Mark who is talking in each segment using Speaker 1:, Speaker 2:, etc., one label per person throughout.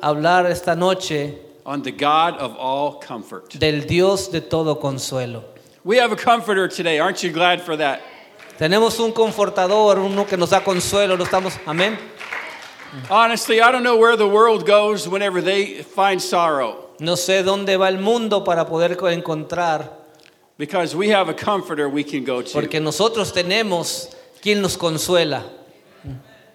Speaker 1: hablar esta noche
Speaker 2: on the God of all comfort.
Speaker 1: del Dios de todo consuelo.
Speaker 2: We have a comforter today. Aren't you glad for that?
Speaker 1: Tenemos un confortador, uno que nos da consuelo, no estamos, amén.
Speaker 2: Honestly, I don't know where the world goes whenever they find sorrow
Speaker 1: No sé dónde va el mundo para poder co- encontrar,
Speaker 2: because we have a comforter we can go to.
Speaker 1: porque nosotros tenemos quien nos consuela,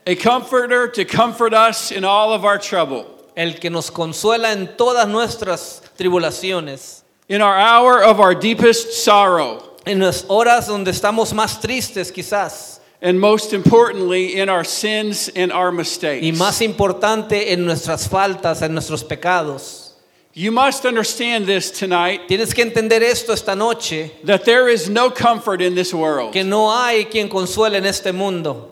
Speaker 2: A comforter to comfort us in all of our trouble.
Speaker 1: el que nos consuela en todas nuestras tribulaciones,
Speaker 2: In our hour of our deepest sorrow,
Speaker 1: en las horas donde estamos más tristes quizás,
Speaker 2: and most importantly, in our sins and our
Speaker 1: y
Speaker 2: mistakes.
Speaker 1: más importante en nuestras faltas, en nuestros pecados.
Speaker 2: You must understand this tonight
Speaker 1: Tienes que entender esto esta noche,
Speaker 2: that there is no comfort in this world.
Speaker 1: que no hay quien consuele en este mundo,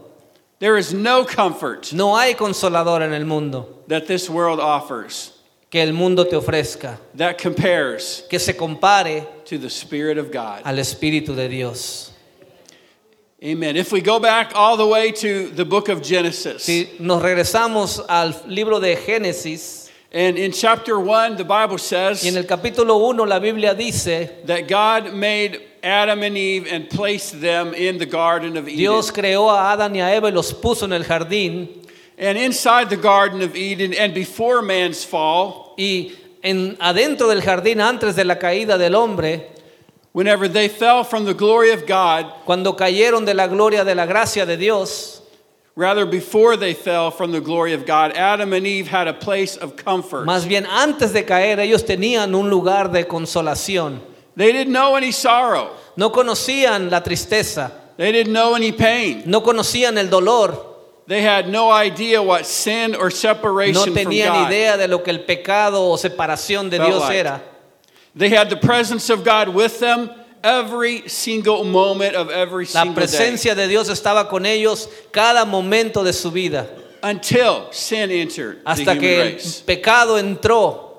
Speaker 2: There is no comfort
Speaker 1: no hay consolador en el mundo
Speaker 2: that this world offers
Speaker 1: que el mundo te ofrezca,
Speaker 2: that compares
Speaker 1: que se compare
Speaker 2: to the Spirit of God.
Speaker 1: al Espíritu de Dios.
Speaker 2: Amen. If we go back all the way to the book of Genesis,
Speaker 1: Si nos regresamos al libro de Génesis,
Speaker 2: and in chapter 1, the Bible
Speaker 1: y en
Speaker 2: says
Speaker 1: el capítulo 1 la Biblia dice,
Speaker 2: that God made Adam and Eve and placed them in the Garden of Eden.
Speaker 1: Dios creó a Adán y a Eva y los puso en el jardín,
Speaker 2: And inside the Garden of Eden and before man's fall,
Speaker 1: y en, adentro del jardín, antes de la caída del hombre,
Speaker 2: whenever they fell from the glory of God,
Speaker 1: cuando cayeron de la gloria de la gracia de Dios,
Speaker 2: rather before they fell from the glory of God, Adam and Eve had a place of comfort.
Speaker 1: más bien antes de caer ellos tenían un lugar de consolación.
Speaker 2: They didn't know any sorrow.
Speaker 1: No conocían la tristeza,
Speaker 2: They didn't know any pain.
Speaker 1: no conocían el dolor,
Speaker 2: They had no idea what sin
Speaker 1: no
Speaker 2: or separation from
Speaker 1: tenían
Speaker 2: God.
Speaker 1: idea de lo que el pecado o separación de
Speaker 2: Felt
Speaker 1: Dios
Speaker 2: like.
Speaker 1: era.
Speaker 2: They had the presence of God with them every single moment of every
Speaker 1: La
Speaker 2: single day
Speaker 1: presencia de Dios estaba con ellos cada momento de su vida,
Speaker 2: until sin entered the
Speaker 1: hasta
Speaker 2: human
Speaker 1: que el
Speaker 2: race.
Speaker 1: pecado entró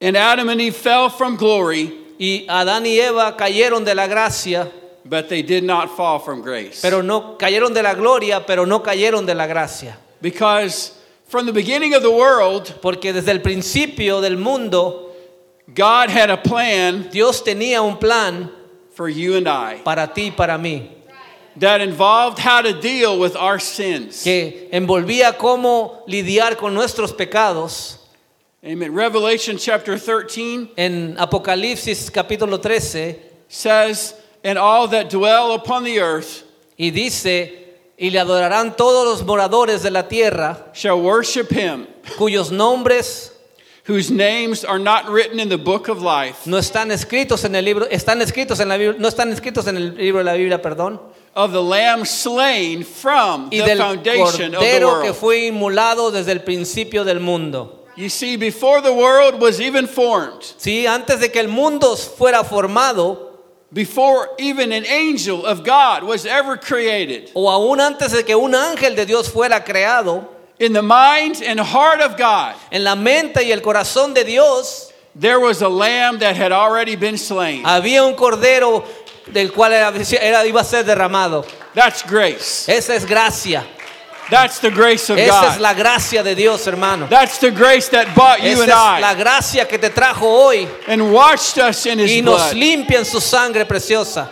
Speaker 2: And Adam and Eve fell from glory,
Speaker 1: y Adán y Eva cayeron de la gracia,
Speaker 2: but they did not fall from grace.
Speaker 1: pero no cayeron de la gloria, pero no cayeron de la gracia,
Speaker 2: because from the beginning of the world,
Speaker 1: porque desde el principio del mundo
Speaker 2: God had a plan
Speaker 1: Dios tenía un plan
Speaker 2: for you and I
Speaker 1: para ti y para mí
Speaker 2: that involved how to deal with our sins.
Speaker 1: que envolvía cómo lidiar con nuestros pecados.
Speaker 2: Amen. Revelation chapter 13
Speaker 1: En Apocalipsis capítulo 13
Speaker 2: says, And all that dwell upon the earth
Speaker 1: y dice, y le adorarán todos los moradores de la tierra
Speaker 2: shall worship him,
Speaker 1: cuyos nombres
Speaker 2: whose names are not written in the book of life
Speaker 1: no están escritos en el libro, están escritos en la Biblia, no están escritos en el libro de la Biblia, perdón,
Speaker 2: of the Lamb slain from
Speaker 1: y
Speaker 2: the
Speaker 1: del
Speaker 2: foundation of the
Speaker 1: cordero que
Speaker 2: world.
Speaker 1: fue inmolado desde el principio del mundo.
Speaker 2: You see, before the world was even formed,
Speaker 1: Sí, antes de que el mundo fuera formado
Speaker 2: before even an angel of God was ever created,
Speaker 1: o aún antes de que un ángel de Dios fuera creado,
Speaker 2: in the mind and heart of God,
Speaker 1: en la mente y el corazón de Dios
Speaker 2: there was a lamb that had already been slain.
Speaker 1: había un cordero del cual era, era- iba a ser derramado.
Speaker 2: That's grace.
Speaker 1: Esa es gracia.
Speaker 2: That's the grace of
Speaker 1: Esa es
Speaker 2: God.
Speaker 1: la gracia de Dios, hermano.
Speaker 2: That's the grace that bought you
Speaker 1: Esa es
Speaker 2: and
Speaker 1: la
Speaker 2: I
Speaker 1: gracia que te trajo hoy.
Speaker 2: and washed us in
Speaker 1: y
Speaker 2: his
Speaker 1: nos
Speaker 2: blood.
Speaker 1: limpia en su sangre preciosa.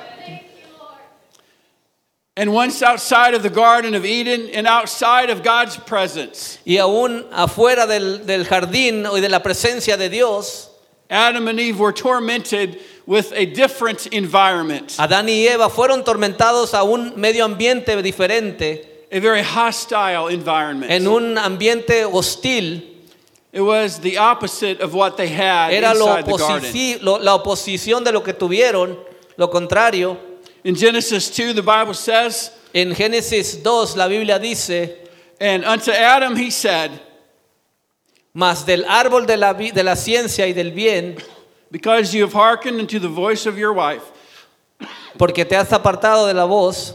Speaker 2: And once outside of the Garden of Eden and outside of God's presence,
Speaker 1: Y aún afuera del, del jardín y de la presencia de Dios,
Speaker 2: Adam and Eve were tormented with a different environment,
Speaker 1: Adán y Eva fueron tormentados a un medio ambiente diferente,
Speaker 2: a very hostile
Speaker 1: en
Speaker 2: environment.
Speaker 1: un ambiente hostil.
Speaker 2: It was the opposite of what they had
Speaker 1: Era lo
Speaker 2: inside the garden.
Speaker 1: oposi- lo- la oposición de lo que tuvieron, lo contrario.
Speaker 2: In Genesis 2, the Bible says,
Speaker 1: En Génesis 2 la Biblia dice,
Speaker 2: And unto Adam he said,
Speaker 1: mas del árbol de la, vi- de la ciencia y del bien,
Speaker 2: Because you have hearkened unto the voice of your wife,
Speaker 1: porque te has apartado de la voz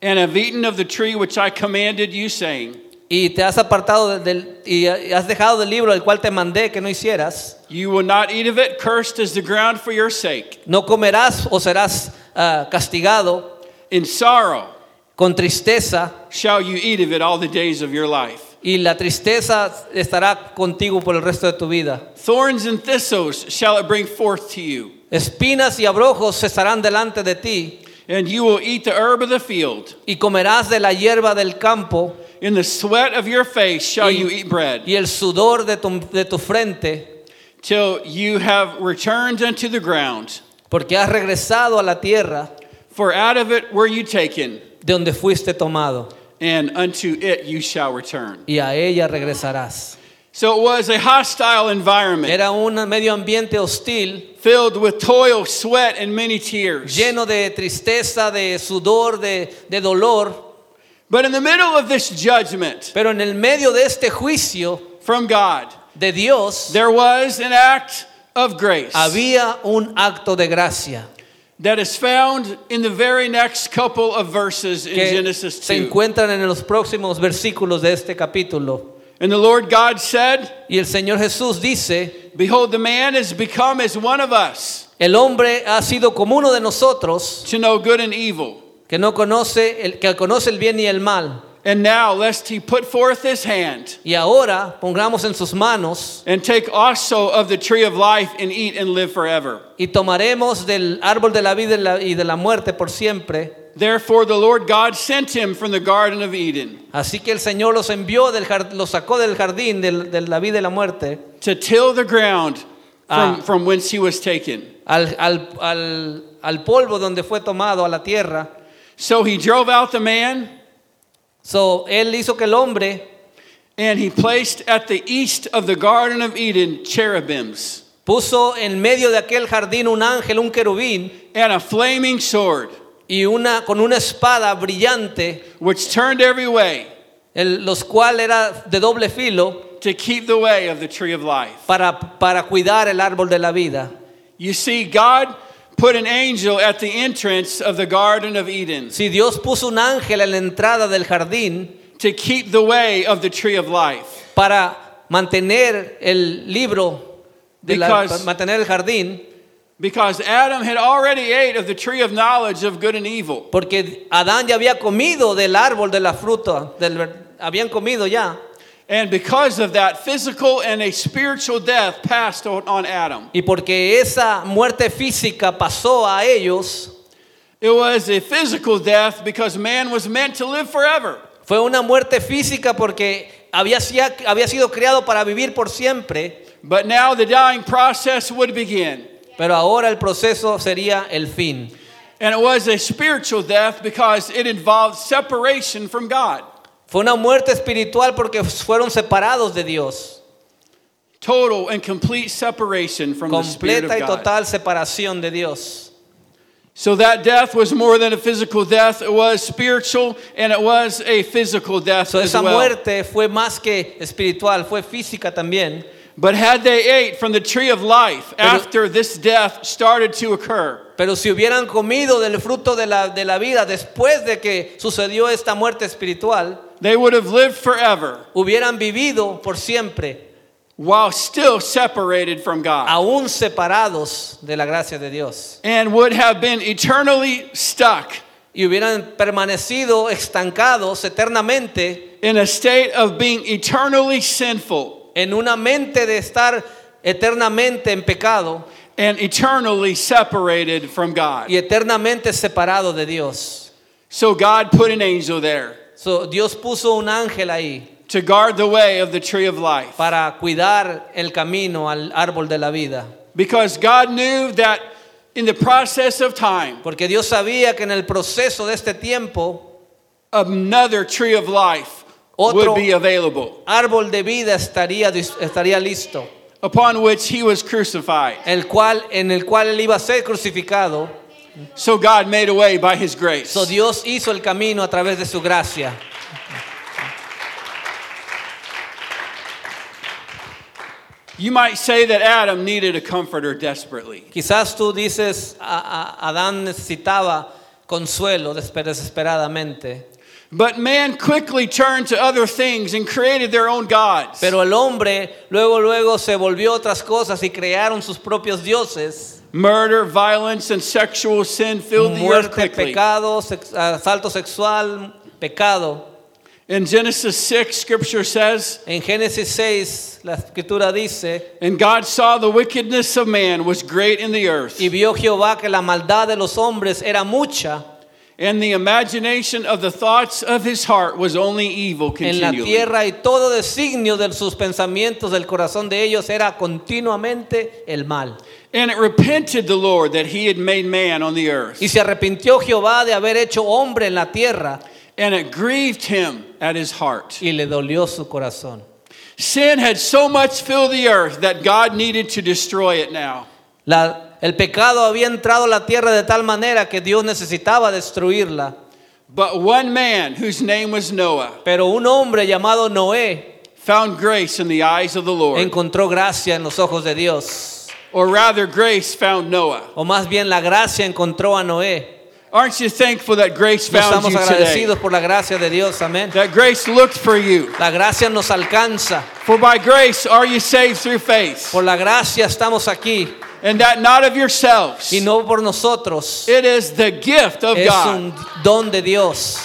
Speaker 2: and have eaten of the tree which I commanded you, saying,
Speaker 1: y te has apartado del, y has dejado del libro el cual te mandé que no hicieras,
Speaker 2: You will not eat of it, cursed is the ground for your sake.
Speaker 1: no comerás o serás ah, castigado
Speaker 2: In sorrow
Speaker 1: con tristeza,
Speaker 2: shall you eat of it all the days of your life.
Speaker 1: y la tristeza estará contigo por el resto de tu vida.
Speaker 2: Thorns and thistles shall it bring forth to you,
Speaker 1: Espinas y abrojos estarán delante de ti
Speaker 2: and you will eat the herb of the field.
Speaker 1: y comerás de la hierba del campo
Speaker 2: In the sweat of your face shall
Speaker 1: y,
Speaker 2: you eat bread,
Speaker 1: y el sudor de tu, de tu frente,
Speaker 2: till you have returned unto the ground.
Speaker 1: porque has regresado a la tierra
Speaker 2: For out of it were you taken,
Speaker 1: de donde fuiste tomado
Speaker 2: and unto it you shall return.
Speaker 1: y a ella regresarás.
Speaker 2: So it was a hostile environment
Speaker 1: Era un medio ambiente hostil,
Speaker 2: filled with toil, sweat, and many tears.
Speaker 1: lleno de tristeza, de sudor, de, de dolor,
Speaker 2: But in the middle of this judgment
Speaker 1: pero en el medio de este juicio
Speaker 2: from God,
Speaker 1: de Dios
Speaker 2: there was an act of grace
Speaker 1: había un acto de gracia
Speaker 2: that is found in the very next couple of verses in
Speaker 1: que
Speaker 2: Genesis
Speaker 1: se
Speaker 2: 2.
Speaker 1: encuentran en los próximos versículos de este capítulo.
Speaker 2: And the Lord God said,
Speaker 1: Y el Señor Jesús dice,
Speaker 2: Behold, the man has become as one of us
Speaker 1: el hombre ha sido como uno de nosotros
Speaker 2: to know good and evil.
Speaker 1: que no conoce el que conoce el bien y el mal.
Speaker 2: And now, lest he put forth his hand
Speaker 1: Y ahora pongamos en sus manos
Speaker 2: and take also of the tree of life and eat and live forever.
Speaker 1: y tomaremos del árbol de la vida y la- y de la muerte por siempre.
Speaker 2: Therefore, the Lord God sent him from the Garden of Eden
Speaker 1: Así que el Señor los envió del jar- los sacó del jardín del- de la vida y la muerte
Speaker 2: to till the ground from,
Speaker 1: Ah.
Speaker 2: from whence he was taken.
Speaker 1: al, al- al- al polvo donde fue tomado a la tierra.
Speaker 2: So he drove out the man,
Speaker 1: So él hizo que el hombre
Speaker 2: and he placed at the east of the Garden of Eden cherubims
Speaker 1: Puso en medio de aquel jardín un ángel, un querubín,
Speaker 2: and a flaming sword,
Speaker 1: y una con una espada brillante,
Speaker 2: which turned every way
Speaker 1: el- los cual era de doble filo
Speaker 2: to keep the way of the tree of life.
Speaker 1: para, para cuidar el árbol de la vida.
Speaker 2: You see, God put an angel at the entrance of the Garden of Eden
Speaker 1: Si Dios puso un ángel en la entrada del jardín
Speaker 2: to keep the way of the tree of life.
Speaker 1: para mantener el libro, de la-
Speaker 2: Because-
Speaker 1: para mantener el jardín,
Speaker 2: Because Adam had already ate of the tree of knowledge of good and evil.
Speaker 1: porque Adán ya había comido del árbol de la fruta, del ver- habían comido ya.
Speaker 2: And because of that, physical and a spiritual death passed on on Adam.
Speaker 1: Y porque esa muerte física pasó a ellos,
Speaker 2: It was a physical death because man was meant to live forever.
Speaker 1: Fue una muerte física porque había, sia- había sido creado para vivir por siempre,
Speaker 2: But now the dying process would begin.
Speaker 1: pero ahora el proceso sería el fin.
Speaker 2: And it was a spiritual death because it involved separation from God,
Speaker 1: Fue una muerte espiritual porque fueron separados de Dios.
Speaker 2: total and complete separation from the Spirit
Speaker 1: Completa
Speaker 2: of
Speaker 1: y
Speaker 2: God.
Speaker 1: total separación de Dios.
Speaker 2: So that death was more than a physical death, it was spiritual and it was a physical death
Speaker 1: So,
Speaker 2: as
Speaker 1: esa
Speaker 2: well.
Speaker 1: muerte fue más que espiritual, fue física también.
Speaker 2: But had they ate from the tree of life after this death started to occur,
Speaker 1: Pero si hubieran comido del fruto de la, de la vida después de que sucedió esta muerte espiritual,
Speaker 2: they would have lived forever
Speaker 1: hubieran vivido por siempre,
Speaker 2: while still separated from God
Speaker 1: aún separados de la gracia de Dios.
Speaker 2: and would have been eternally stuck
Speaker 1: y hubieran permanecido estancados eternamente
Speaker 2: in a state of being eternally sinful
Speaker 1: en una mente de estar eternamente en pecado
Speaker 2: and eternally separated from God.
Speaker 1: y eternamente separado de Dios.
Speaker 2: So God put an angel there
Speaker 1: So, Dios puso un ángel ahí
Speaker 2: to guard the way of the tree of life
Speaker 1: para cuidar el camino al árbol de la vida,
Speaker 2: because God knew that in the process of time,
Speaker 1: porque Dios sabía que en el proceso de este tiempo
Speaker 2: another tree of life
Speaker 1: Otro-
Speaker 2: would be available.
Speaker 1: árbol de vida estaría dis- estaría listo,
Speaker 2: upon which he was crucified.
Speaker 1: el cual en el cual él iba a ser crucificado.
Speaker 2: So God made a way by his grace.
Speaker 1: So, Dios hizo el camino a través de su gracia.
Speaker 2: you might say that Adam needed a comforter desperately.
Speaker 1: Quizás tú dices, "A- a- Adán necesitaba consuelo desesper- desesperadamente,
Speaker 2: But man quickly turned to other things and created their own gods.
Speaker 1: pero el hombre luego, luego se volvió a otras cosas y crearon sus propios dioses.
Speaker 2: Murder, violence, and sexual sin filled the
Speaker 1: Muerte,
Speaker 2: earth quickly.
Speaker 1: pecado, sex- asalto sexual, pecado.
Speaker 2: In Genesis 6, scripture says,
Speaker 1: En Génesis 6, la escritura dice,
Speaker 2: And God saw the wickedness of man was great in the earth,
Speaker 1: y vio Jehová que la maldad de los hombres era mucha
Speaker 2: and the imagination of the thoughts of his heart was only evil
Speaker 1: en la
Speaker 2: continually.
Speaker 1: tierra y todo designio de sus pensamientos del corazón de ellos era continuamente el mal.
Speaker 2: And it repented the Lord that he had made man on the earth,
Speaker 1: Y se arrepintió Jehová de haber hecho hombre en la tierra
Speaker 2: and it grieved him at his heart.
Speaker 1: y le dolió su corazón.
Speaker 2: Sin had so much filled the earth that God needed to destroy it now.
Speaker 1: La- el pecado había entrado a la tierra de tal manera que Dios necesitaba destruirla.
Speaker 2: But one man, whose name was Noah,
Speaker 1: Pero un hombre llamado Noé
Speaker 2: found grace in the eyes of the Lord.
Speaker 1: encontró gracia en los ojos de Dios.
Speaker 2: Or rather, grace found Noah.
Speaker 1: O más bien la gracia encontró a Noé.
Speaker 2: Aren't you thankful that grace
Speaker 1: Nos
Speaker 2: found
Speaker 1: estamos
Speaker 2: you today?
Speaker 1: agradecidos por la gracia de Dios, amén.
Speaker 2: That grace looked for you.
Speaker 1: La gracia nos alcanza.
Speaker 2: For by grace are you saved through faith,
Speaker 1: Por la gracia estamos aquí
Speaker 2: and that not of yourselves.
Speaker 1: y no por nosotros.
Speaker 2: It is the gift of
Speaker 1: Es
Speaker 2: God.
Speaker 1: un don de Dios.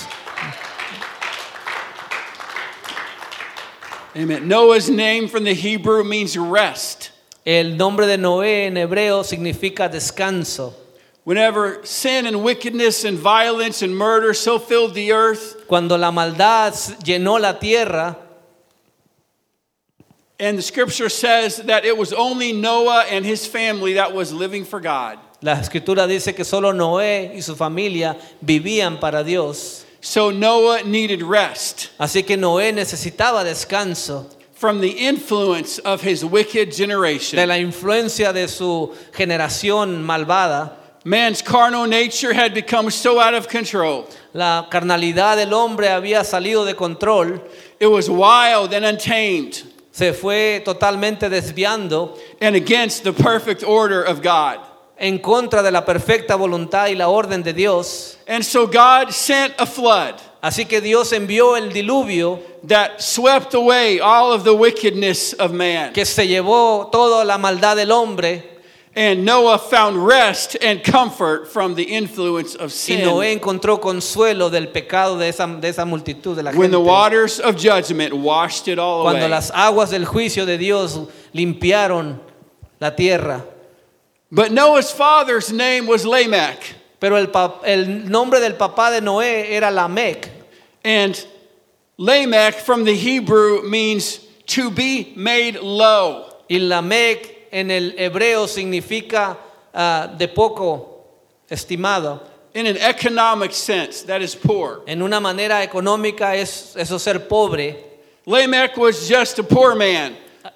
Speaker 2: Amen. Noah's name from the Hebrew means rest.
Speaker 1: El nombre de Noé en hebreo significa descanso.
Speaker 2: Whenever sin and wickedness and violence and murder so filled the earth,
Speaker 1: Cuando la maldad llenó la tierra
Speaker 2: and the scripture says that it was only Noah and his family that was living for God.
Speaker 1: La escritura dice que solo Noé y su familia vivían para Dios.
Speaker 2: So Noah needed rest
Speaker 1: Así que Noé necesitaba descanso
Speaker 2: from the influence of his wicked
Speaker 1: de
Speaker 2: generation.
Speaker 1: la influencia de su generación malvada.
Speaker 2: Man's carnal nature had become so out of control.
Speaker 1: La carnalidad del hombre había salido de control,
Speaker 2: It was wild and untamed
Speaker 1: se fue totalmente desviando
Speaker 2: and against the perfect order of God.
Speaker 1: en contra de la perfecta voluntad y la orden de Dios.
Speaker 2: And so God sent a flood
Speaker 1: Así que Dios envió el diluvio
Speaker 2: that swept away all of the wickedness of man.
Speaker 1: que se llevó toda la maldad del hombre
Speaker 2: And Noah found rest and comfort from the influence of
Speaker 1: y Noé
Speaker 2: sin
Speaker 1: encontró consuelo del pecado de esa, de esa multitud de la gente.
Speaker 2: when the waters of judgment washed it all
Speaker 1: Cuando
Speaker 2: away.
Speaker 1: las aguas del juicio de Dios limpiaron la tierra.
Speaker 2: But Noah's father's name was Lamech.
Speaker 1: Pero el, pa- el nombre del papá de Noé era Lamec.
Speaker 2: And Lamech from the Hebrew means to be made low.
Speaker 1: Y Lamec en el hebreo significa ah, de poco estimado.
Speaker 2: In an economic sense, that is poor.
Speaker 1: En una manera económica es eso ser pobre.
Speaker 2: Lamech was just a poor man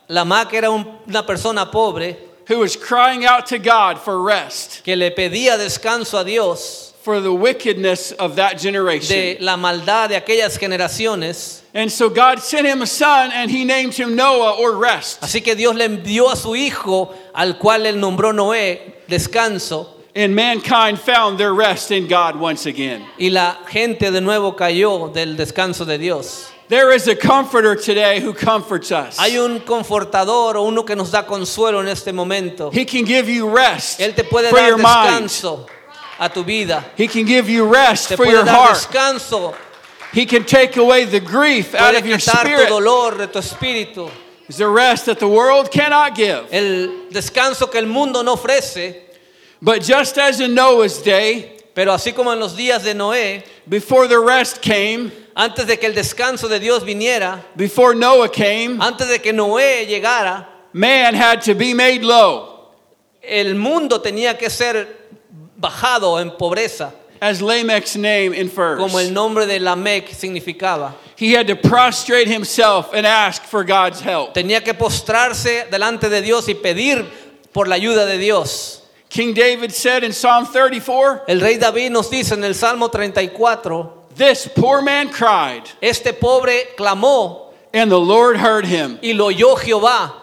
Speaker 1: Lamec era un- una persona pobre
Speaker 2: who was crying out to God for rest
Speaker 1: que le pedía descanso a Dios
Speaker 2: for the wickedness of that generation.
Speaker 1: de la maldad de aquellas generaciones.
Speaker 2: and so God sent him a son and he named him Noah or rest.
Speaker 1: Así que Dios le envió a su hijo, al cual él nombró Noé, descanso,
Speaker 2: And mankind found their rest in God once again.
Speaker 1: y la gente de nuevo cayó del descanso de Dios.
Speaker 2: There is a comforter today who comforts us.
Speaker 1: Hay un confortador o uno que nos da consuelo en este momento.
Speaker 2: He can give you rest
Speaker 1: Él te puede
Speaker 2: for
Speaker 1: dar
Speaker 2: your mind.
Speaker 1: descanso a tu vida.
Speaker 2: He can give you rest
Speaker 1: Te
Speaker 2: for
Speaker 1: puede
Speaker 2: your
Speaker 1: dar
Speaker 2: heart.
Speaker 1: descanso.
Speaker 2: He can take away the grief out
Speaker 1: Puede
Speaker 2: of your
Speaker 1: quitar tu
Speaker 2: spirit.
Speaker 1: dolor de tu espíritu.
Speaker 2: It's the rest that the world cannot give.
Speaker 1: El descanso que el mundo no ofrece.
Speaker 2: But just as in Noah's day,
Speaker 1: Pero así como en los días de Noé,
Speaker 2: before the rest came,
Speaker 1: antes de que el descanso de Dios viniera,
Speaker 2: before Noah came,
Speaker 1: antes de que Noé llegara,
Speaker 2: man had to be made low,
Speaker 1: el mundo tenía que ser bajado en pobreza,
Speaker 2: as Lamech's name infers.
Speaker 1: como el nombre de Lamec significaba.
Speaker 2: He had to prostrate himself and ask for God's help.
Speaker 1: Tenía que postrarse delante de Dios y pedir por la ayuda de Dios.
Speaker 2: King David said in Psalm 34,
Speaker 1: El rey David nos dice en el Salmo 34,
Speaker 2: This poor man cried,
Speaker 1: este pobre clamó
Speaker 2: and the Lord heard him
Speaker 1: y lo oyó Jehová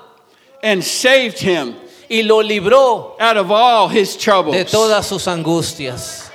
Speaker 2: and saved him
Speaker 1: y lo libró
Speaker 2: out of all his troubles.
Speaker 1: de todas sus angustias.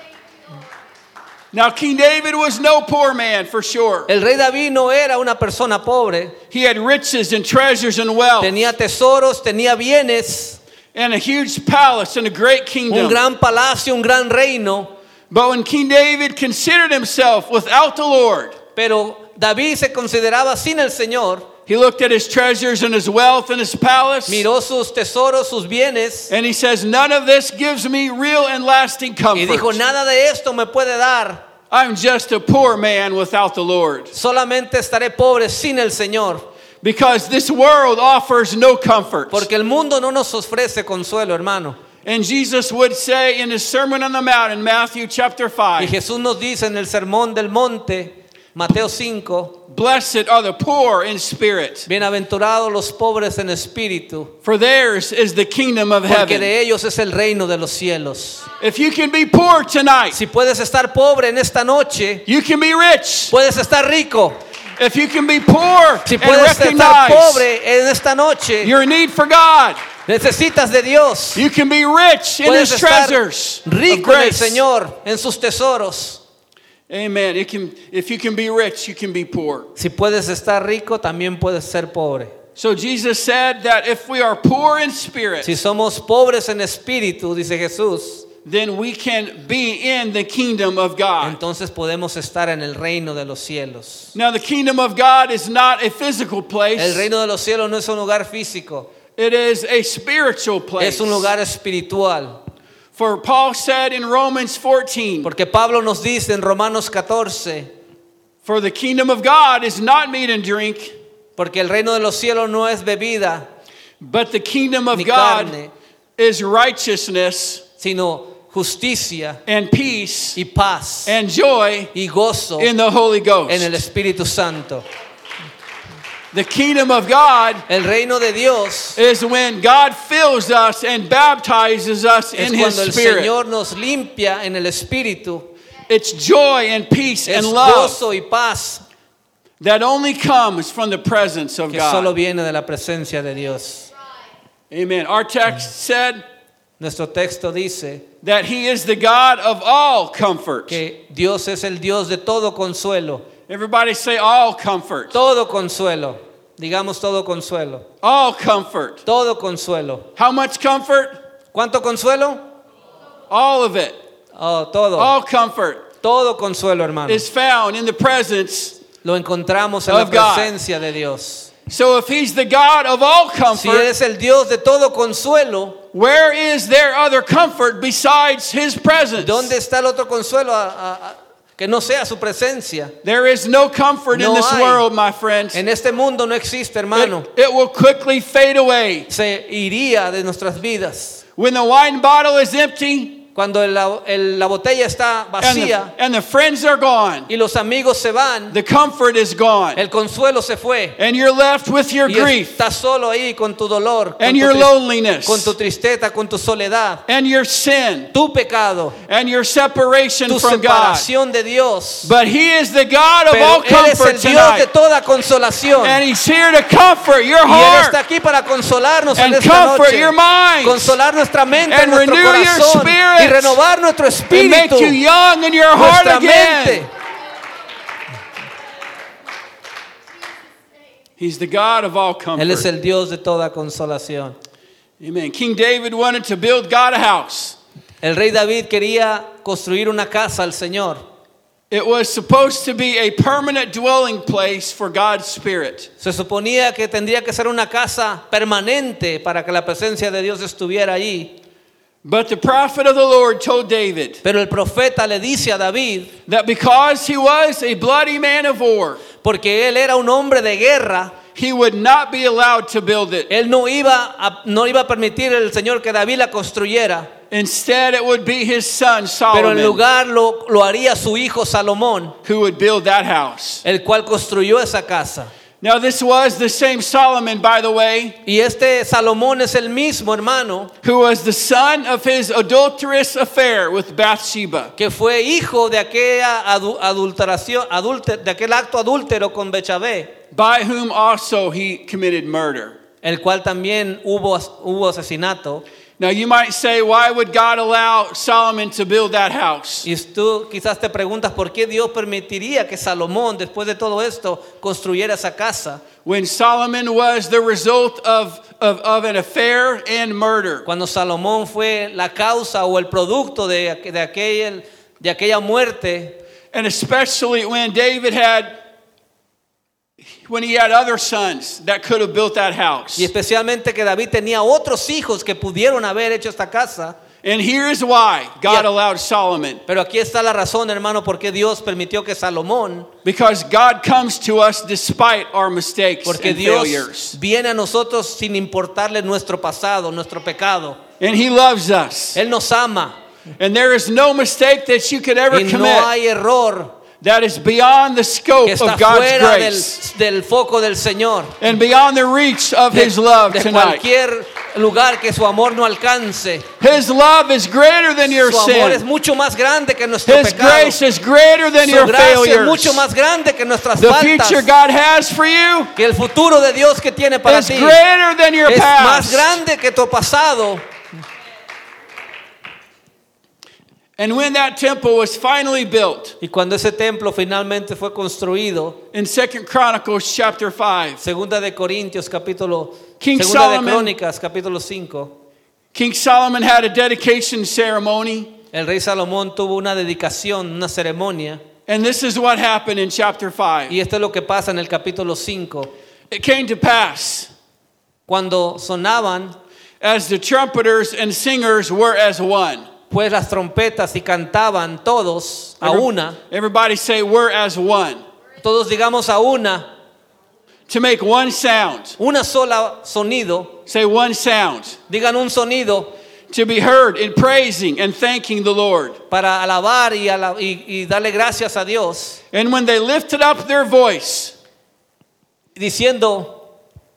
Speaker 2: Now, King David was no poor man for sure.
Speaker 1: El rey David no era una persona pobre,
Speaker 2: He had riches and treasures and wealth,
Speaker 1: tenía tesoros, tenía bienes,
Speaker 2: and a huge palace and a great
Speaker 1: un
Speaker 2: kingdom.
Speaker 1: gran palacio, un gran reino,
Speaker 2: But when King David considered himself without the Lord,
Speaker 1: pero David se consideraba sin el Señor.
Speaker 2: He looked at his treasures and his wealth and his palace.
Speaker 1: Miró sus tesoros, sus bienes.
Speaker 2: And he says, None of this gives me real and lasting
Speaker 1: Y dijo,
Speaker 2: comfort.
Speaker 1: nada de esto me puede dar.
Speaker 2: I'm just a poor man without the Lord.
Speaker 1: Solamente estaré pobre sin el Señor.
Speaker 2: Because this world offers no comfort.
Speaker 1: Porque el mundo no nos ofrece consuelo, hermano.
Speaker 2: And Jesus would say in his Sermon on the Mount in Matthew chapter
Speaker 1: Y
Speaker 2: 5
Speaker 1: Jesús nos dice en el Sermón del Monte, Mateo 5,
Speaker 2: Blessed are the poor in spirit,
Speaker 1: bienaventurados los pobres en espíritu,
Speaker 2: for theirs is the kingdom of
Speaker 1: porque
Speaker 2: heaven.
Speaker 1: de ellos es el reino de los cielos.
Speaker 2: If you can be poor tonight,
Speaker 1: Si puedes estar pobre en esta noche,
Speaker 2: you can be rich.
Speaker 1: puedes estar rico.
Speaker 2: If you can be poor
Speaker 1: Si
Speaker 2: and
Speaker 1: puedes estar
Speaker 2: recognize
Speaker 1: pobre en esta noche,
Speaker 2: your need for God,
Speaker 1: necesitas de Dios.
Speaker 2: you can be rich in
Speaker 1: Puedes
Speaker 2: his
Speaker 1: estar
Speaker 2: treasures. of
Speaker 1: rico en el
Speaker 2: grace.
Speaker 1: Señor, en sus tesoros.
Speaker 2: Amen. It can, if you can be rich, you can be poor.
Speaker 1: Si puedes estar rico, también puedes ser pobre.
Speaker 2: So Jesus said that if we are poor in spirit,
Speaker 1: Si somos pobres en espíritu, dice Jesús,
Speaker 2: then we can be in the kingdom of God.
Speaker 1: entonces podemos estar en el reino de los cielos.
Speaker 2: Now, the kingdom of God is not a physical
Speaker 1: El
Speaker 2: place,
Speaker 1: reino de los cielos no es un lugar físico,
Speaker 2: it is a spiritual place.
Speaker 1: es un lugar espiritual.
Speaker 2: For Paul said in Romans 14,
Speaker 1: Porque Pablo nos dice en Romanos 14,
Speaker 2: For the kingdom of God is not meat and drink,
Speaker 1: porque el reino de los cielos no es bebida,
Speaker 2: but the kingdom of
Speaker 1: Ni
Speaker 2: God
Speaker 1: carne.
Speaker 2: is righteousness
Speaker 1: sino justicia
Speaker 2: and peace
Speaker 1: y paz
Speaker 2: and joy
Speaker 1: y gozo
Speaker 2: in the Holy
Speaker 1: en el
Speaker 2: Ghost.
Speaker 1: Espíritu Santo.
Speaker 2: The kingdom of God
Speaker 1: El reino de Dios
Speaker 2: is when God fills us and baptizes us
Speaker 1: es
Speaker 2: in His
Speaker 1: cuando el
Speaker 2: Spirit.
Speaker 1: Señor nos limpia en el Espíritu.
Speaker 2: It's joy and peace
Speaker 1: Es
Speaker 2: and love
Speaker 1: gozo y paz
Speaker 2: that only comes from the presence of
Speaker 1: que solo
Speaker 2: God.
Speaker 1: viene de la presencia de Dios.
Speaker 2: Amen. Our text said
Speaker 1: Nuestro texto dice
Speaker 2: that He is the God of all comfort.
Speaker 1: que Dios es el Dios de todo consuelo.
Speaker 2: Everybody say all comfort.
Speaker 1: Todo consuelo. Digamos todo consuelo.
Speaker 2: All comfort.
Speaker 1: Todo consuelo.
Speaker 2: How much comfort?
Speaker 1: ¿Cuánto consuelo?
Speaker 2: All of it.
Speaker 1: Oh, todo.
Speaker 2: All comfort
Speaker 1: Todo consuelo, hermano.
Speaker 2: is found in the presence.
Speaker 1: Lo encontramos en la
Speaker 2: Of God.
Speaker 1: presencia de Dios.
Speaker 2: So if He's the God of all
Speaker 1: Si
Speaker 2: comfort,
Speaker 1: eres el Dios de todo consuelo,
Speaker 2: where is there other comfort besides His presence?
Speaker 1: ¿dónde está el otro consuelo a- a- a- que no sea su presencia?
Speaker 2: There is no comfort in
Speaker 1: No
Speaker 2: this
Speaker 1: hay.
Speaker 2: world, my friends.
Speaker 1: En este mundo no existe, hermano.
Speaker 2: It, it will quickly fade away.
Speaker 1: Se iría de nuestras vidas.
Speaker 2: When the wine bottle is empty
Speaker 1: Cuando la, el- la botella está
Speaker 2: and the,
Speaker 1: vacía
Speaker 2: and the friends are gone,
Speaker 1: y los amigos se van,
Speaker 2: the comfort is gone,
Speaker 1: el consuelo se fue.
Speaker 2: and you're left with your
Speaker 1: Y
Speaker 2: grief
Speaker 1: estás solo ahí con tu dolor, con
Speaker 2: and
Speaker 1: tu,
Speaker 2: your
Speaker 1: tris- con tu
Speaker 2: loneliness
Speaker 1: tristeza, con tu soledad,
Speaker 2: and your sin
Speaker 1: tu pecado,
Speaker 2: and your separation
Speaker 1: tu
Speaker 2: from God.
Speaker 1: separación de Dios.
Speaker 2: But He is the God of all
Speaker 1: Pero Él es
Speaker 2: comfort
Speaker 1: el Dios de
Speaker 2: tonight,
Speaker 1: toda consolación.
Speaker 2: and He's here to comfort your
Speaker 1: Y Él está
Speaker 2: heart
Speaker 1: aquí para consolarnos en
Speaker 2: and
Speaker 1: esta
Speaker 2: comfort
Speaker 1: noche.
Speaker 2: your mind
Speaker 1: Consolar nuestra mente,
Speaker 2: And
Speaker 1: nuestro
Speaker 2: renew your
Speaker 1: corazón
Speaker 2: spirit.
Speaker 1: y renovar nuestro
Speaker 2: and make
Speaker 1: espíritu,
Speaker 2: you young in your heart
Speaker 1: nuestra
Speaker 2: again.
Speaker 1: mente.
Speaker 2: He's the God of all
Speaker 1: Él es
Speaker 2: comfort.
Speaker 1: el Dios de toda consolación.
Speaker 2: Amen. King David wanted to build God a house.
Speaker 1: El rey David quería construir una casa al Señor.
Speaker 2: It was supposed to be a permanent dwelling place for God's Spirit.
Speaker 1: Se suponía que tendría que ser una casa permanente para que la presencia de Dios estuviera allí.
Speaker 2: But the prophet of the Lord told David
Speaker 1: Pero el profeta le dice a David,
Speaker 2: that because he was a bloody man of war,
Speaker 1: porque él era un hombre de guerra,
Speaker 2: he would not be allowed to build it.
Speaker 1: él no iba a, no iba a permitir al Señor que David la construyera,
Speaker 2: Instead, it would be his son
Speaker 1: pero en
Speaker 2: Solomon
Speaker 1: lugar lo, lo haría su hijo Salomón,
Speaker 2: who would build that house.
Speaker 1: el cual construyó esa casa.
Speaker 2: Now, this was the same Solomon, by the way,
Speaker 1: Y este Salomón es el mismo hermano
Speaker 2: who was the son of his adulterous affair with Bathsheba.
Speaker 1: que fue hijo de aquella adu- adulteración, adulte- de aquel acto adúltero con Bechabé.
Speaker 2: by whom also he committed murder.
Speaker 1: el cual también hubo, hubo asesinato.
Speaker 2: Now you might say, why would God allow Solomon to build that house?
Speaker 1: Y tú quizás te preguntas por qué Dios permitiría que Salomón, después de todo esto, construyera esa casa.
Speaker 2: When Solomon was the result of, of, of an affair and murder.
Speaker 1: Cuando Salomón fue la causa o el producto de, aqu- de, aquel, de aquella muerte,
Speaker 2: And especially when David had when he had other sons that could have built that house.
Speaker 1: Y especialmente que David tenía otros hijos que pudieron haber hecho esta casa.
Speaker 2: And here is why God
Speaker 1: Yeah.
Speaker 2: allowed Solomon.
Speaker 1: Pero aquí está la razón, hermano, por qué Dios permitió que Salomón,
Speaker 2: Because God comes to us despite our mistakes
Speaker 1: porque
Speaker 2: and
Speaker 1: Dios
Speaker 2: failures.
Speaker 1: viene a nosotros sin importarle nuestro pasado, nuestro pecado.
Speaker 2: And he loves us.
Speaker 1: Él nos ama
Speaker 2: And there is no mistake that you could ever
Speaker 1: y
Speaker 2: commit
Speaker 1: no hay error
Speaker 2: that is beyond the scope
Speaker 1: que está
Speaker 2: of God's
Speaker 1: fuera del,
Speaker 2: grace
Speaker 1: del foco del Señor.
Speaker 2: and beyond the reach of
Speaker 1: De,
Speaker 2: his love
Speaker 1: de
Speaker 2: tonight.
Speaker 1: cualquier lugar que su amor no alcance.
Speaker 2: His love is greater than your
Speaker 1: Su amor es
Speaker 2: sin.
Speaker 1: mucho más grande que nuestro
Speaker 2: His
Speaker 1: pecado.
Speaker 2: grace is greater than
Speaker 1: Su
Speaker 2: your
Speaker 1: gracia es
Speaker 2: failures.
Speaker 1: mucho más grande que nuestras
Speaker 2: The
Speaker 1: faltas.
Speaker 2: future God has for you
Speaker 1: Que el futuro de Dios que tiene para
Speaker 2: is
Speaker 1: ti
Speaker 2: greater than your
Speaker 1: es más
Speaker 2: past.
Speaker 1: grande que tu pasado.
Speaker 2: And when that temple was finally built
Speaker 1: Y cuando ese templo finalmente fue construido,
Speaker 2: in 2 Chronicles chapter 5,
Speaker 1: segunda de Corintios capítulo
Speaker 2: King
Speaker 1: segunda
Speaker 2: Solomon.
Speaker 1: de Crónicas capítulo 5,
Speaker 2: King Solomon had a dedication ceremony,
Speaker 1: el rey Salomón tuvo una dedicación, una ceremonia,
Speaker 2: and this is what happened in chapter 5.
Speaker 1: y esto es lo que pasa en el capítulo 5,
Speaker 2: It came to pass
Speaker 1: cuando sonaban
Speaker 2: as the trumpeters and singers were as one.
Speaker 1: pues las trompetas y cantaban todos a una,
Speaker 2: Everybody say we're as one
Speaker 1: todos digamos a una,
Speaker 2: to make one sound.
Speaker 1: una sola sonido,
Speaker 2: Say one sound
Speaker 1: digan un sonido
Speaker 2: to be heard in praising and thanking the Lord.
Speaker 1: para alabar y, ala- y- y darle gracias a Dios,
Speaker 2: And when they lifted up their voice
Speaker 1: diciendo,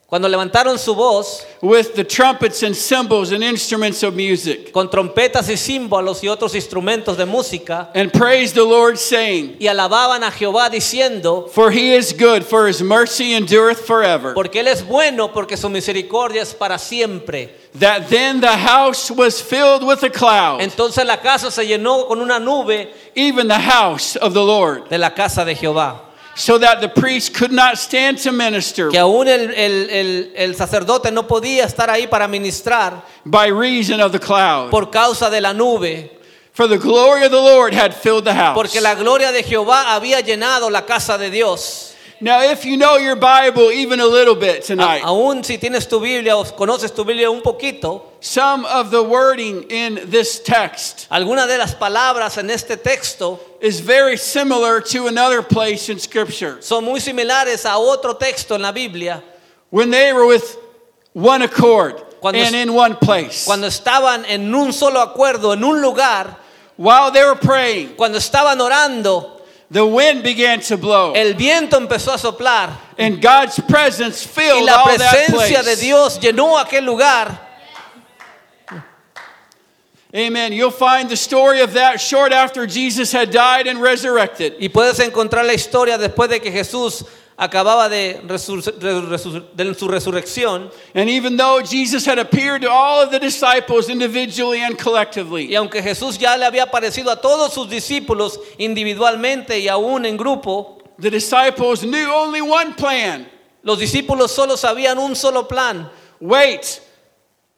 Speaker 1: cuando levantaron su voz,
Speaker 2: with the trumpets and cymbals and instruments of music
Speaker 1: con trompetas y címbalos y otros instrumentos de música
Speaker 2: and praised the Lord, saying,
Speaker 1: y alababan a Jehová diciendo,
Speaker 2: For he is good, for his mercy endureth forever.
Speaker 1: porque Él es bueno, porque su misericordia es para siempre.
Speaker 2: That then the house was filled with a cloud,
Speaker 1: Entonces la casa se llenó con una nube
Speaker 2: even the house of the Lord,
Speaker 1: de la casa de Jehová.
Speaker 2: so that the priest could not stand to minister
Speaker 1: Que aún el, el- el- el sacerdote no podía estar ahí para ministrar
Speaker 2: by reason of the cloud.
Speaker 1: por causa de la nube,
Speaker 2: For the glory of the Lord had filled the house.
Speaker 1: porque la gloria de Jehová había llenado la casa de Dios.
Speaker 2: Now, if you know your Bible even a little bit
Speaker 1: A-
Speaker 2: tonight,
Speaker 1: aún si tienes tu Biblia o conoces tu Biblia un poquito,
Speaker 2: some of the wording in this text
Speaker 1: alguna de las palabras en este texto
Speaker 2: is very similar to another place in Scripture.
Speaker 1: son muy similares a otro texto en la Biblia.
Speaker 2: When they were with one accord
Speaker 1: Cuando
Speaker 2: and
Speaker 1: es-
Speaker 2: in one place,
Speaker 1: Cuando estaban en un solo acuerdo, en un lugar,
Speaker 2: while they were praying,
Speaker 1: cuando estaban orando,
Speaker 2: the wind began to blow.
Speaker 1: el viento empezó a soplar
Speaker 2: And God's presence
Speaker 1: y
Speaker 2: filled
Speaker 1: la
Speaker 2: all that
Speaker 1: presencia de
Speaker 2: place.
Speaker 1: Dios llenó aquel lugar.
Speaker 2: Amen. You'll find the story of that short after Jesus had died and resurrected.
Speaker 1: Y puedes encontrar la historia después de que Jesús acababa de, resur- re- resur- de su resurrección.
Speaker 2: And even though Jesus had appeared to all of the disciples individually and
Speaker 1: Y
Speaker 2: collectively,
Speaker 1: aunque Jesús ya le había aparecido a todos sus discípulos individualmente y aún en grupo,
Speaker 2: the disciples knew only one plan
Speaker 1: los discípulos solo sabían un solo plan.
Speaker 2: wait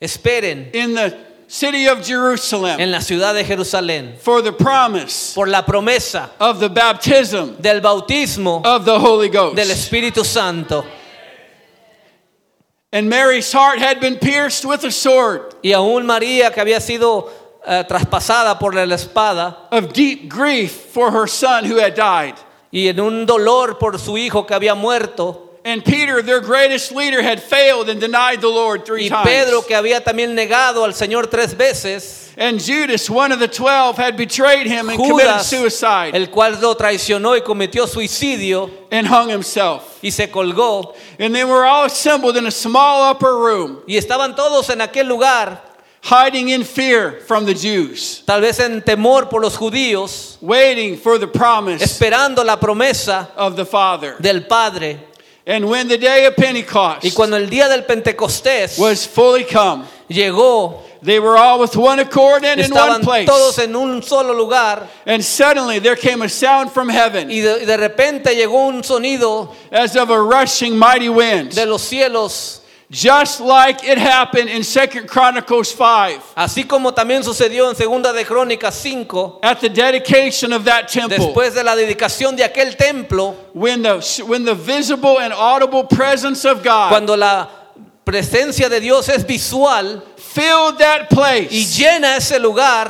Speaker 1: Esperen.
Speaker 2: in the city of Jerusalem
Speaker 1: en la ciudad de Jerusalén
Speaker 2: for the promise
Speaker 1: por la promesa
Speaker 2: of the baptism
Speaker 1: del bautismo
Speaker 2: of the Holy
Speaker 1: del
Speaker 2: Ghost.
Speaker 1: Espíritu Santo.
Speaker 2: And Mary's heart had been pierced with a sword
Speaker 1: Y aún María, que había sido eh, traspasada por la espada
Speaker 2: of deep grief for her son who had died.
Speaker 1: y en un dolor por su hijo que había muerto,
Speaker 2: And Peter, their greatest leader, had failed and denied the Lord three
Speaker 1: y
Speaker 2: times.
Speaker 1: Pedro, que había también negado al Señor tres veces,
Speaker 2: and Judas, one of the twelve, had betrayed him and committed
Speaker 1: Judas,
Speaker 2: suicide
Speaker 1: el cual lo traicionó y cometió suicidio
Speaker 2: and hung himself.
Speaker 1: y se colgó,
Speaker 2: And they were all assembled in a small upper room,
Speaker 1: y estaban todos en aquel lugar,
Speaker 2: hiding in fear from the Jews,
Speaker 1: tal vez en temor por los judíos,
Speaker 2: waiting for the promise
Speaker 1: esperando la promesa
Speaker 2: of the Father.
Speaker 1: del Padre.
Speaker 2: and when the day of Pentecost
Speaker 1: Y cuando el día del Pentecostés
Speaker 2: was fully come,
Speaker 1: llegó,
Speaker 2: they were all with one accord and in one
Speaker 1: estaban
Speaker 2: place.
Speaker 1: todos en un solo lugar
Speaker 2: and suddenly there came a sound from heaven
Speaker 1: y de, de repente llegó un sonido
Speaker 2: as of a rushing mighty wind.
Speaker 1: de los cielos
Speaker 2: Just like it happened in 2 Chronicles 5
Speaker 1: Así como también sucedió en Segunda de Crónicas 5,
Speaker 2: at the dedication of that temple.
Speaker 1: después de la dedicación de aquel templo,
Speaker 2: When the, when the visible and audible presence of God
Speaker 1: cuando la presencia de Dios es visual
Speaker 2: filled that
Speaker 1: y
Speaker 2: place,
Speaker 1: llena ese lugar,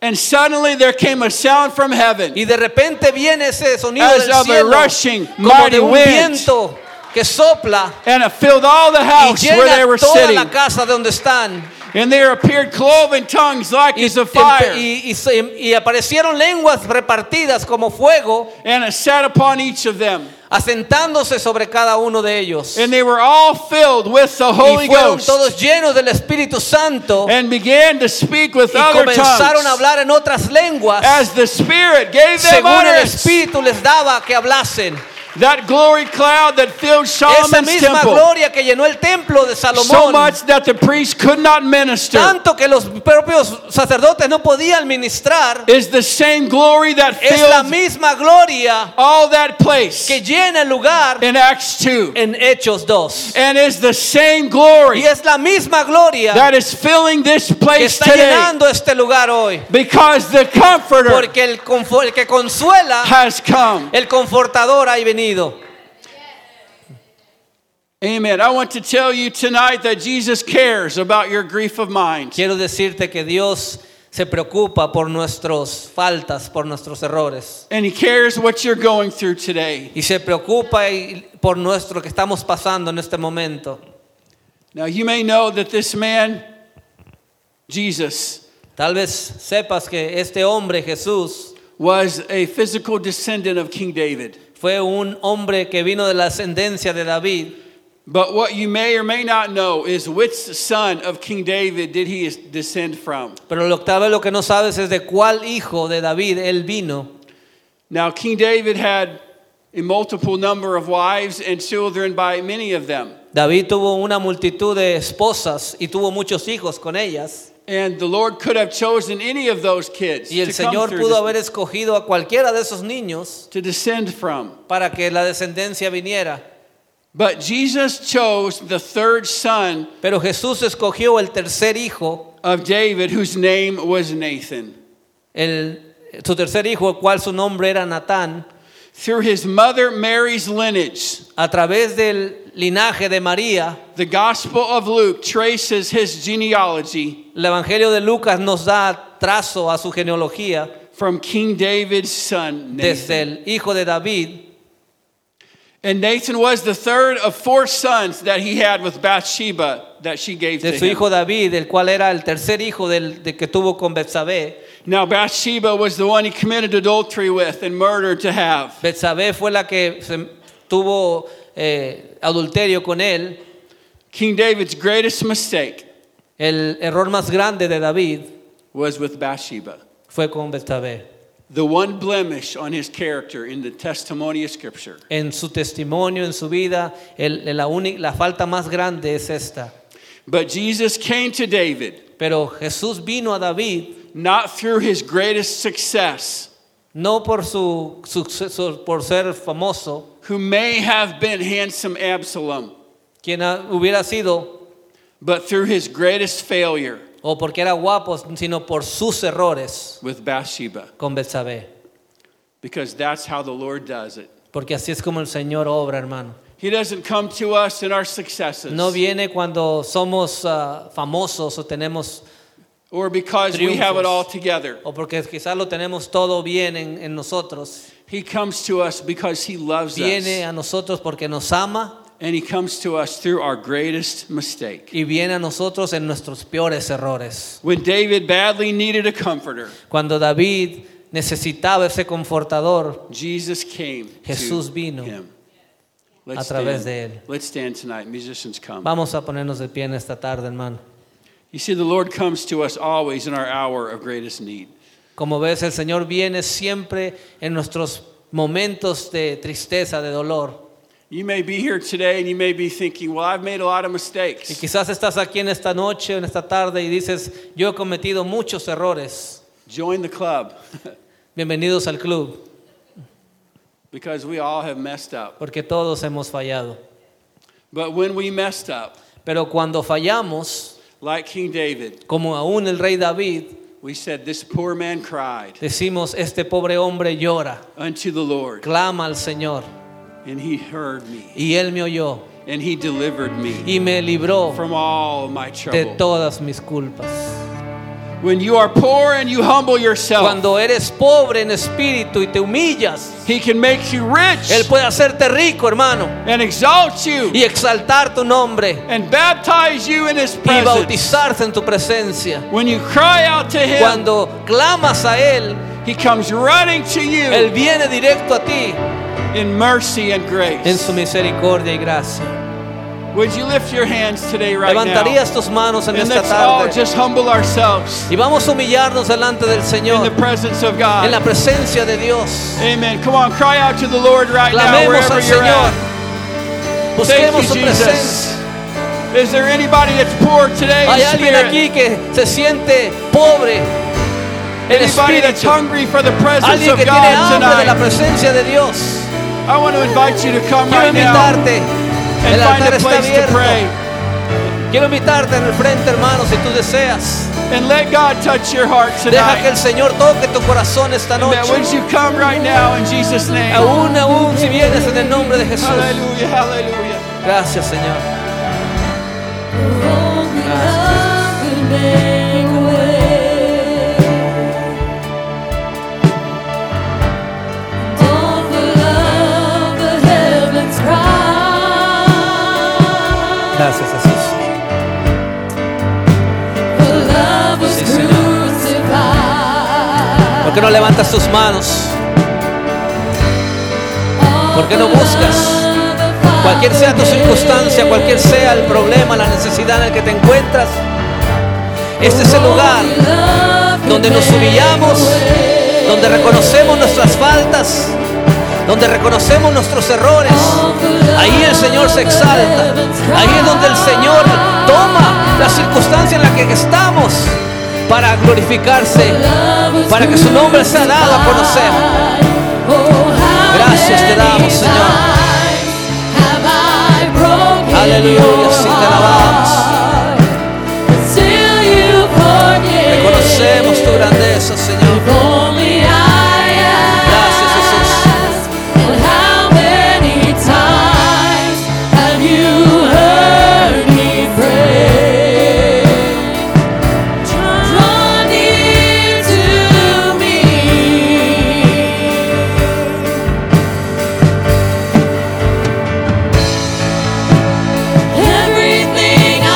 Speaker 2: and suddenly there came a sound from heaven
Speaker 1: y de repente viene ese sonido
Speaker 2: As
Speaker 1: del
Speaker 2: of a
Speaker 1: cielo,
Speaker 2: rushing
Speaker 1: como
Speaker 2: mighty
Speaker 1: de un
Speaker 2: wind.
Speaker 1: viento que sopla
Speaker 2: and it filled all the
Speaker 1: y
Speaker 2: house where they
Speaker 1: llena
Speaker 2: were
Speaker 1: toda
Speaker 2: sitting.
Speaker 1: la casa de donde están.
Speaker 2: And there appeared cloven tongues like
Speaker 1: Y,
Speaker 2: as of
Speaker 1: empe-
Speaker 2: fire,
Speaker 1: y- y se- y aparecieron lenguas repartidas como fuego,
Speaker 2: and it sat upon each of them.
Speaker 1: asentándose sobre cada uno de ellos.
Speaker 2: And they were all filled with the Holy
Speaker 1: y fueron
Speaker 2: Ghost
Speaker 1: todos llenos del Espíritu Santo
Speaker 2: and began to speak with
Speaker 1: y
Speaker 2: other
Speaker 1: comenzaron a
Speaker 2: tongues
Speaker 1: hablar en otras lenguas
Speaker 2: as the Spirit gave them
Speaker 1: según el
Speaker 2: utterance.
Speaker 1: Espíritu les daba que hablasen.
Speaker 2: That glory cloud that filled
Speaker 1: Esa
Speaker 2: Solomon's
Speaker 1: misma
Speaker 2: temple
Speaker 1: gloria que llenó el templo de
Speaker 2: so
Speaker 1: Salomón,
Speaker 2: much that the priest could not minister
Speaker 1: tanto que los propios sacerdotes no podían ministrar,
Speaker 2: is the same glory that
Speaker 1: es la
Speaker 2: filled
Speaker 1: misma gloria
Speaker 2: all that place
Speaker 1: que llena el lugar
Speaker 2: in Acts 2
Speaker 1: en Hechos 2.
Speaker 2: and is the same
Speaker 1: Y
Speaker 2: glory
Speaker 1: es la misma gloria
Speaker 2: that is filling this
Speaker 1: que
Speaker 2: place
Speaker 1: está
Speaker 2: today
Speaker 1: llenando este lugar hoy,
Speaker 2: because the comforter
Speaker 1: porque el, confo- el que consuela,
Speaker 2: has come.
Speaker 1: el confortador ha venido.
Speaker 2: Amen. I want to tell you tonight that Jesus cares about your grief of mind.
Speaker 1: Quiero decirte que Dios se preocupa por nuestras faltas, por nuestros errores.
Speaker 2: And he cares what you're going through today.
Speaker 1: Y se preocupa y- por nuestro que estamos pasando en este momento.
Speaker 2: Now, you may know that this man, Jesus,
Speaker 1: Tal vez sepas que este hombre, Jesús,
Speaker 2: was a physical descendant of King David.
Speaker 1: fue un hombre que vino de la ascendencia de David.
Speaker 2: But what you may or may not know is which son of King David did he descend from.
Speaker 1: Pero lo, tal vez lo que no sabes es de cuál hijo de David él vino.
Speaker 2: Now, King David had a multiple number of wives and children by many of them.
Speaker 1: David tuvo una multitud de esposas y tuvo muchos hijos con ellas.
Speaker 2: And the Lord could have chosen any of those kids
Speaker 1: Y el
Speaker 2: to, come
Speaker 1: Señor
Speaker 2: through
Speaker 1: pudo
Speaker 2: this-
Speaker 1: haber escogido a cualquiera de esos niños
Speaker 2: to descend from.
Speaker 1: para que la descendencia viniera.
Speaker 2: But Jesus chose the third son
Speaker 1: Pero Jesús escogió el tercer hijo,
Speaker 2: of David, whose name was Nathan.
Speaker 1: el, su tercer hijo, el cual su nombre era Natán,
Speaker 2: Through his mother Mary's lineage,
Speaker 1: a través del linaje de María.
Speaker 2: the Gospel of Luke traces his genealogy
Speaker 1: El Evangelio de Lucas nos da trazo a su genealogía
Speaker 2: from King David's son Nathan.
Speaker 1: desde el hijo de David.
Speaker 2: And Nathan was the third of four sons that he had with Bathsheba that she gave to
Speaker 1: de su
Speaker 2: him.
Speaker 1: hijo David, el cual era el tercer hijo del, de que tuvo con Betsabé.
Speaker 2: Now Bathsheba was the one he committed adultery with and murder to have.
Speaker 1: Betsabé fue la que se- tuvo eh, adulterio con él,
Speaker 2: King David's greatest mistake
Speaker 1: el error más grande de David
Speaker 2: was with Bathsheba.
Speaker 1: fue con Betsabé.
Speaker 2: The one blemish on his character in the testimony of Scripture.
Speaker 1: En su testimonio, en su vida, el- el- la, uni- la falta más grande es esta.
Speaker 2: But Jesus came to David
Speaker 1: Pero Jesús vino a David
Speaker 2: not through his greatest success,
Speaker 1: no por, su, suceso- por ser famoso,
Speaker 2: who may have been handsome Absalom,
Speaker 1: quien ha- hubiera sido,
Speaker 2: but through his greatest failure
Speaker 1: o porque era guapo, sino por sus errores
Speaker 2: with Bathsheba.
Speaker 1: con Betsabé.
Speaker 2: Because that's how the Lord does it.
Speaker 1: Porque así es como el Señor obra, hermano.
Speaker 2: He doesn't come to us in our successes
Speaker 1: No viene cuando somos ah, famosos o tenemos
Speaker 2: or because we have it all together.
Speaker 1: o porque quizás lo tenemos todo bien en, en nosotros.
Speaker 2: He comes to us because he loves
Speaker 1: Viene
Speaker 2: us.
Speaker 1: a nosotros porque nos ama
Speaker 2: And he comes to us through our greatest mistake.
Speaker 1: y viene a nosotros en nuestros peores errores.
Speaker 2: When David badly needed a comforter,
Speaker 1: Cuando David necesitaba ese confortador,
Speaker 2: Jesus came
Speaker 1: Jesús
Speaker 2: to
Speaker 1: vino
Speaker 2: him.
Speaker 1: a través de él.
Speaker 2: Let's stand tonight. Musicians come.
Speaker 1: vamos a ponernos de pie en esta tarde, hermano.
Speaker 2: You see, the Lord comes to us always in our hour of greatest need.
Speaker 1: Como ves, el Señor viene siempre en nuestros momentos de tristeza, de dolor.
Speaker 2: You may be here today and you may be thinking, well, I've made a lot of
Speaker 1: Y
Speaker 2: mistakes.
Speaker 1: quizás estás aquí en esta noche, en esta tarde y dices, yo he cometido muchos errores.
Speaker 2: Join the club
Speaker 1: Bienvenidos al club,
Speaker 2: because we all have messed up.
Speaker 1: porque todos hemos fallado.
Speaker 2: But when we messed up,
Speaker 1: Pero cuando fallamos,
Speaker 2: Like King David,
Speaker 1: como aún el rey David,
Speaker 2: we said, This poor man cried
Speaker 1: decimos, este pobre hombre llora,
Speaker 2: unto the Lord,
Speaker 1: clama al Señor,
Speaker 2: and he heard me,
Speaker 1: y él me oyó,
Speaker 2: and he delivered me
Speaker 1: y me libró
Speaker 2: from all my
Speaker 1: de
Speaker 2: trouble.
Speaker 1: todas mis culpas.
Speaker 2: When you are poor and you humble yourself,
Speaker 1: Cuando eres pobre en espíritu y te humillas,
Speaker 2: he can make you
Speaker 1: Él
Speaker 2: rich
Speaker 1: puede hacerte rico, hermano,
Speaker 2: and exalt you
Speaker 1: y exaltar tu nombre
Speaker 2: and baptize you in his
Speaker 1: y
Speaker 2: presence.
Speaker 1: bautizarte en tu presencia.
Speaker 2: When you cry out to him,
Speaker 1: Cuando clamas a Él,
Speaker 2: he comes running to
Speaker 1: Él
Speaker 2: you
Speaker 1: viene directo a ti
Speaker 2: in mercy and
Speaker 1: en su
Speaker 2: grace.
Speaker 1: misericordia y gracia.
Speaker 2: Would you lift your hands today right now?
Speaker 1: Levantarías tus manos en
Speaker 2: And
Speaker 1: esta
Speaker 2: let's all
Speaker 1: tarde
Speaker 2: just humble ourselves
Speaker 1: y vamos a humillarnos delante del
Speaker 2: in the
Speaker 1: Señor
Speaker 2: presence of
Speaker 1: en la
Speaker 2: God.
Speaker 1: presencia de Dios.
Speaker 2: Amen. Come on, cry out to the Lord right now,
Speaker 1: Clamemos
Speaker 2: wherever
Speaker 1: al
Speaker 2: you're
Speaker 1: Señor.
Speaker 2: at.
Speaker 1: Busquemos
Speaker 2: Thank
Speaker 1: su
Speaker 2: you, Jesus.
Speaker 1: presencia.
Speaker 2: Is there anybody that's poor today
Speaker 1: Hay
Speaker 2: in
Speaker 1: alguien
Speaker 2: spirit?
Speaker 1: aquí que se siente pobre en
Speaker 2: Anybody that's
Speaker 1: espíritu.
Speaker 2: hungry for the presence
Speaker 1: Alguien
Speaker 2: of
Speaker 1: que tiene
Speaker 2: God
Speaker 1: hambre de la
Speaker 2: tonight?
Speaker 1: presencia de Dios.
Speaker 2: I want to invite you to come
Speaker 1: Quiero
Speaker 2: right now
Speaker 1: invitarte. El
Speaker 2: and find
Speaker 1: altar
Speaker 2: a
Speaker 1: está
Speaker 2: place to
Speaker 1: abierto.
Speaker 2: pray.
Speaker 1: Quiero invitarte en el frente, hermano, si tú deseas.
Speaker 2: And let God touch your heart
Speaker 1: Deja que
Speaker 2: tonight.
Speaker 1: el Señor toque tu corazón esta
Speaker 2: And
Speaker 1: noche.
Speaker 2: that would you come right now in Jesus' name?
Speaker 1: Aún, aún, si vienes en el nombre de Jesús.
Speaker 2: Hallelujah, hallelujah.
Speaker 1: Gracias, Señor. Gracias, Jesús. Sí, Señor. ¿Por qué no levantas tus manos?
Speaker 3: ¿Por qué no buscas?
Speaker 1: Cualquier sea tu circunstancia, cualquier sea el problema, la necesidad en la que te encuentras, este es el lugar donde nos humillamos, donde reconocemos nuestras faltas, donde reconocemos nuestros errores. Ahí el Señor se exalta. Ahí es donde el Señor toma la circunstancia en la que estamos para glorificarse, para que su nombre sea dado a conocer. Gracias te damos, ¿eh? Señor. Aleluya, sí te alabamos. Reconocemos tu grandeza, Señor. Gracias, Jesús.
Speaker 3: Everything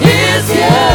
Speaker 3: Yeah.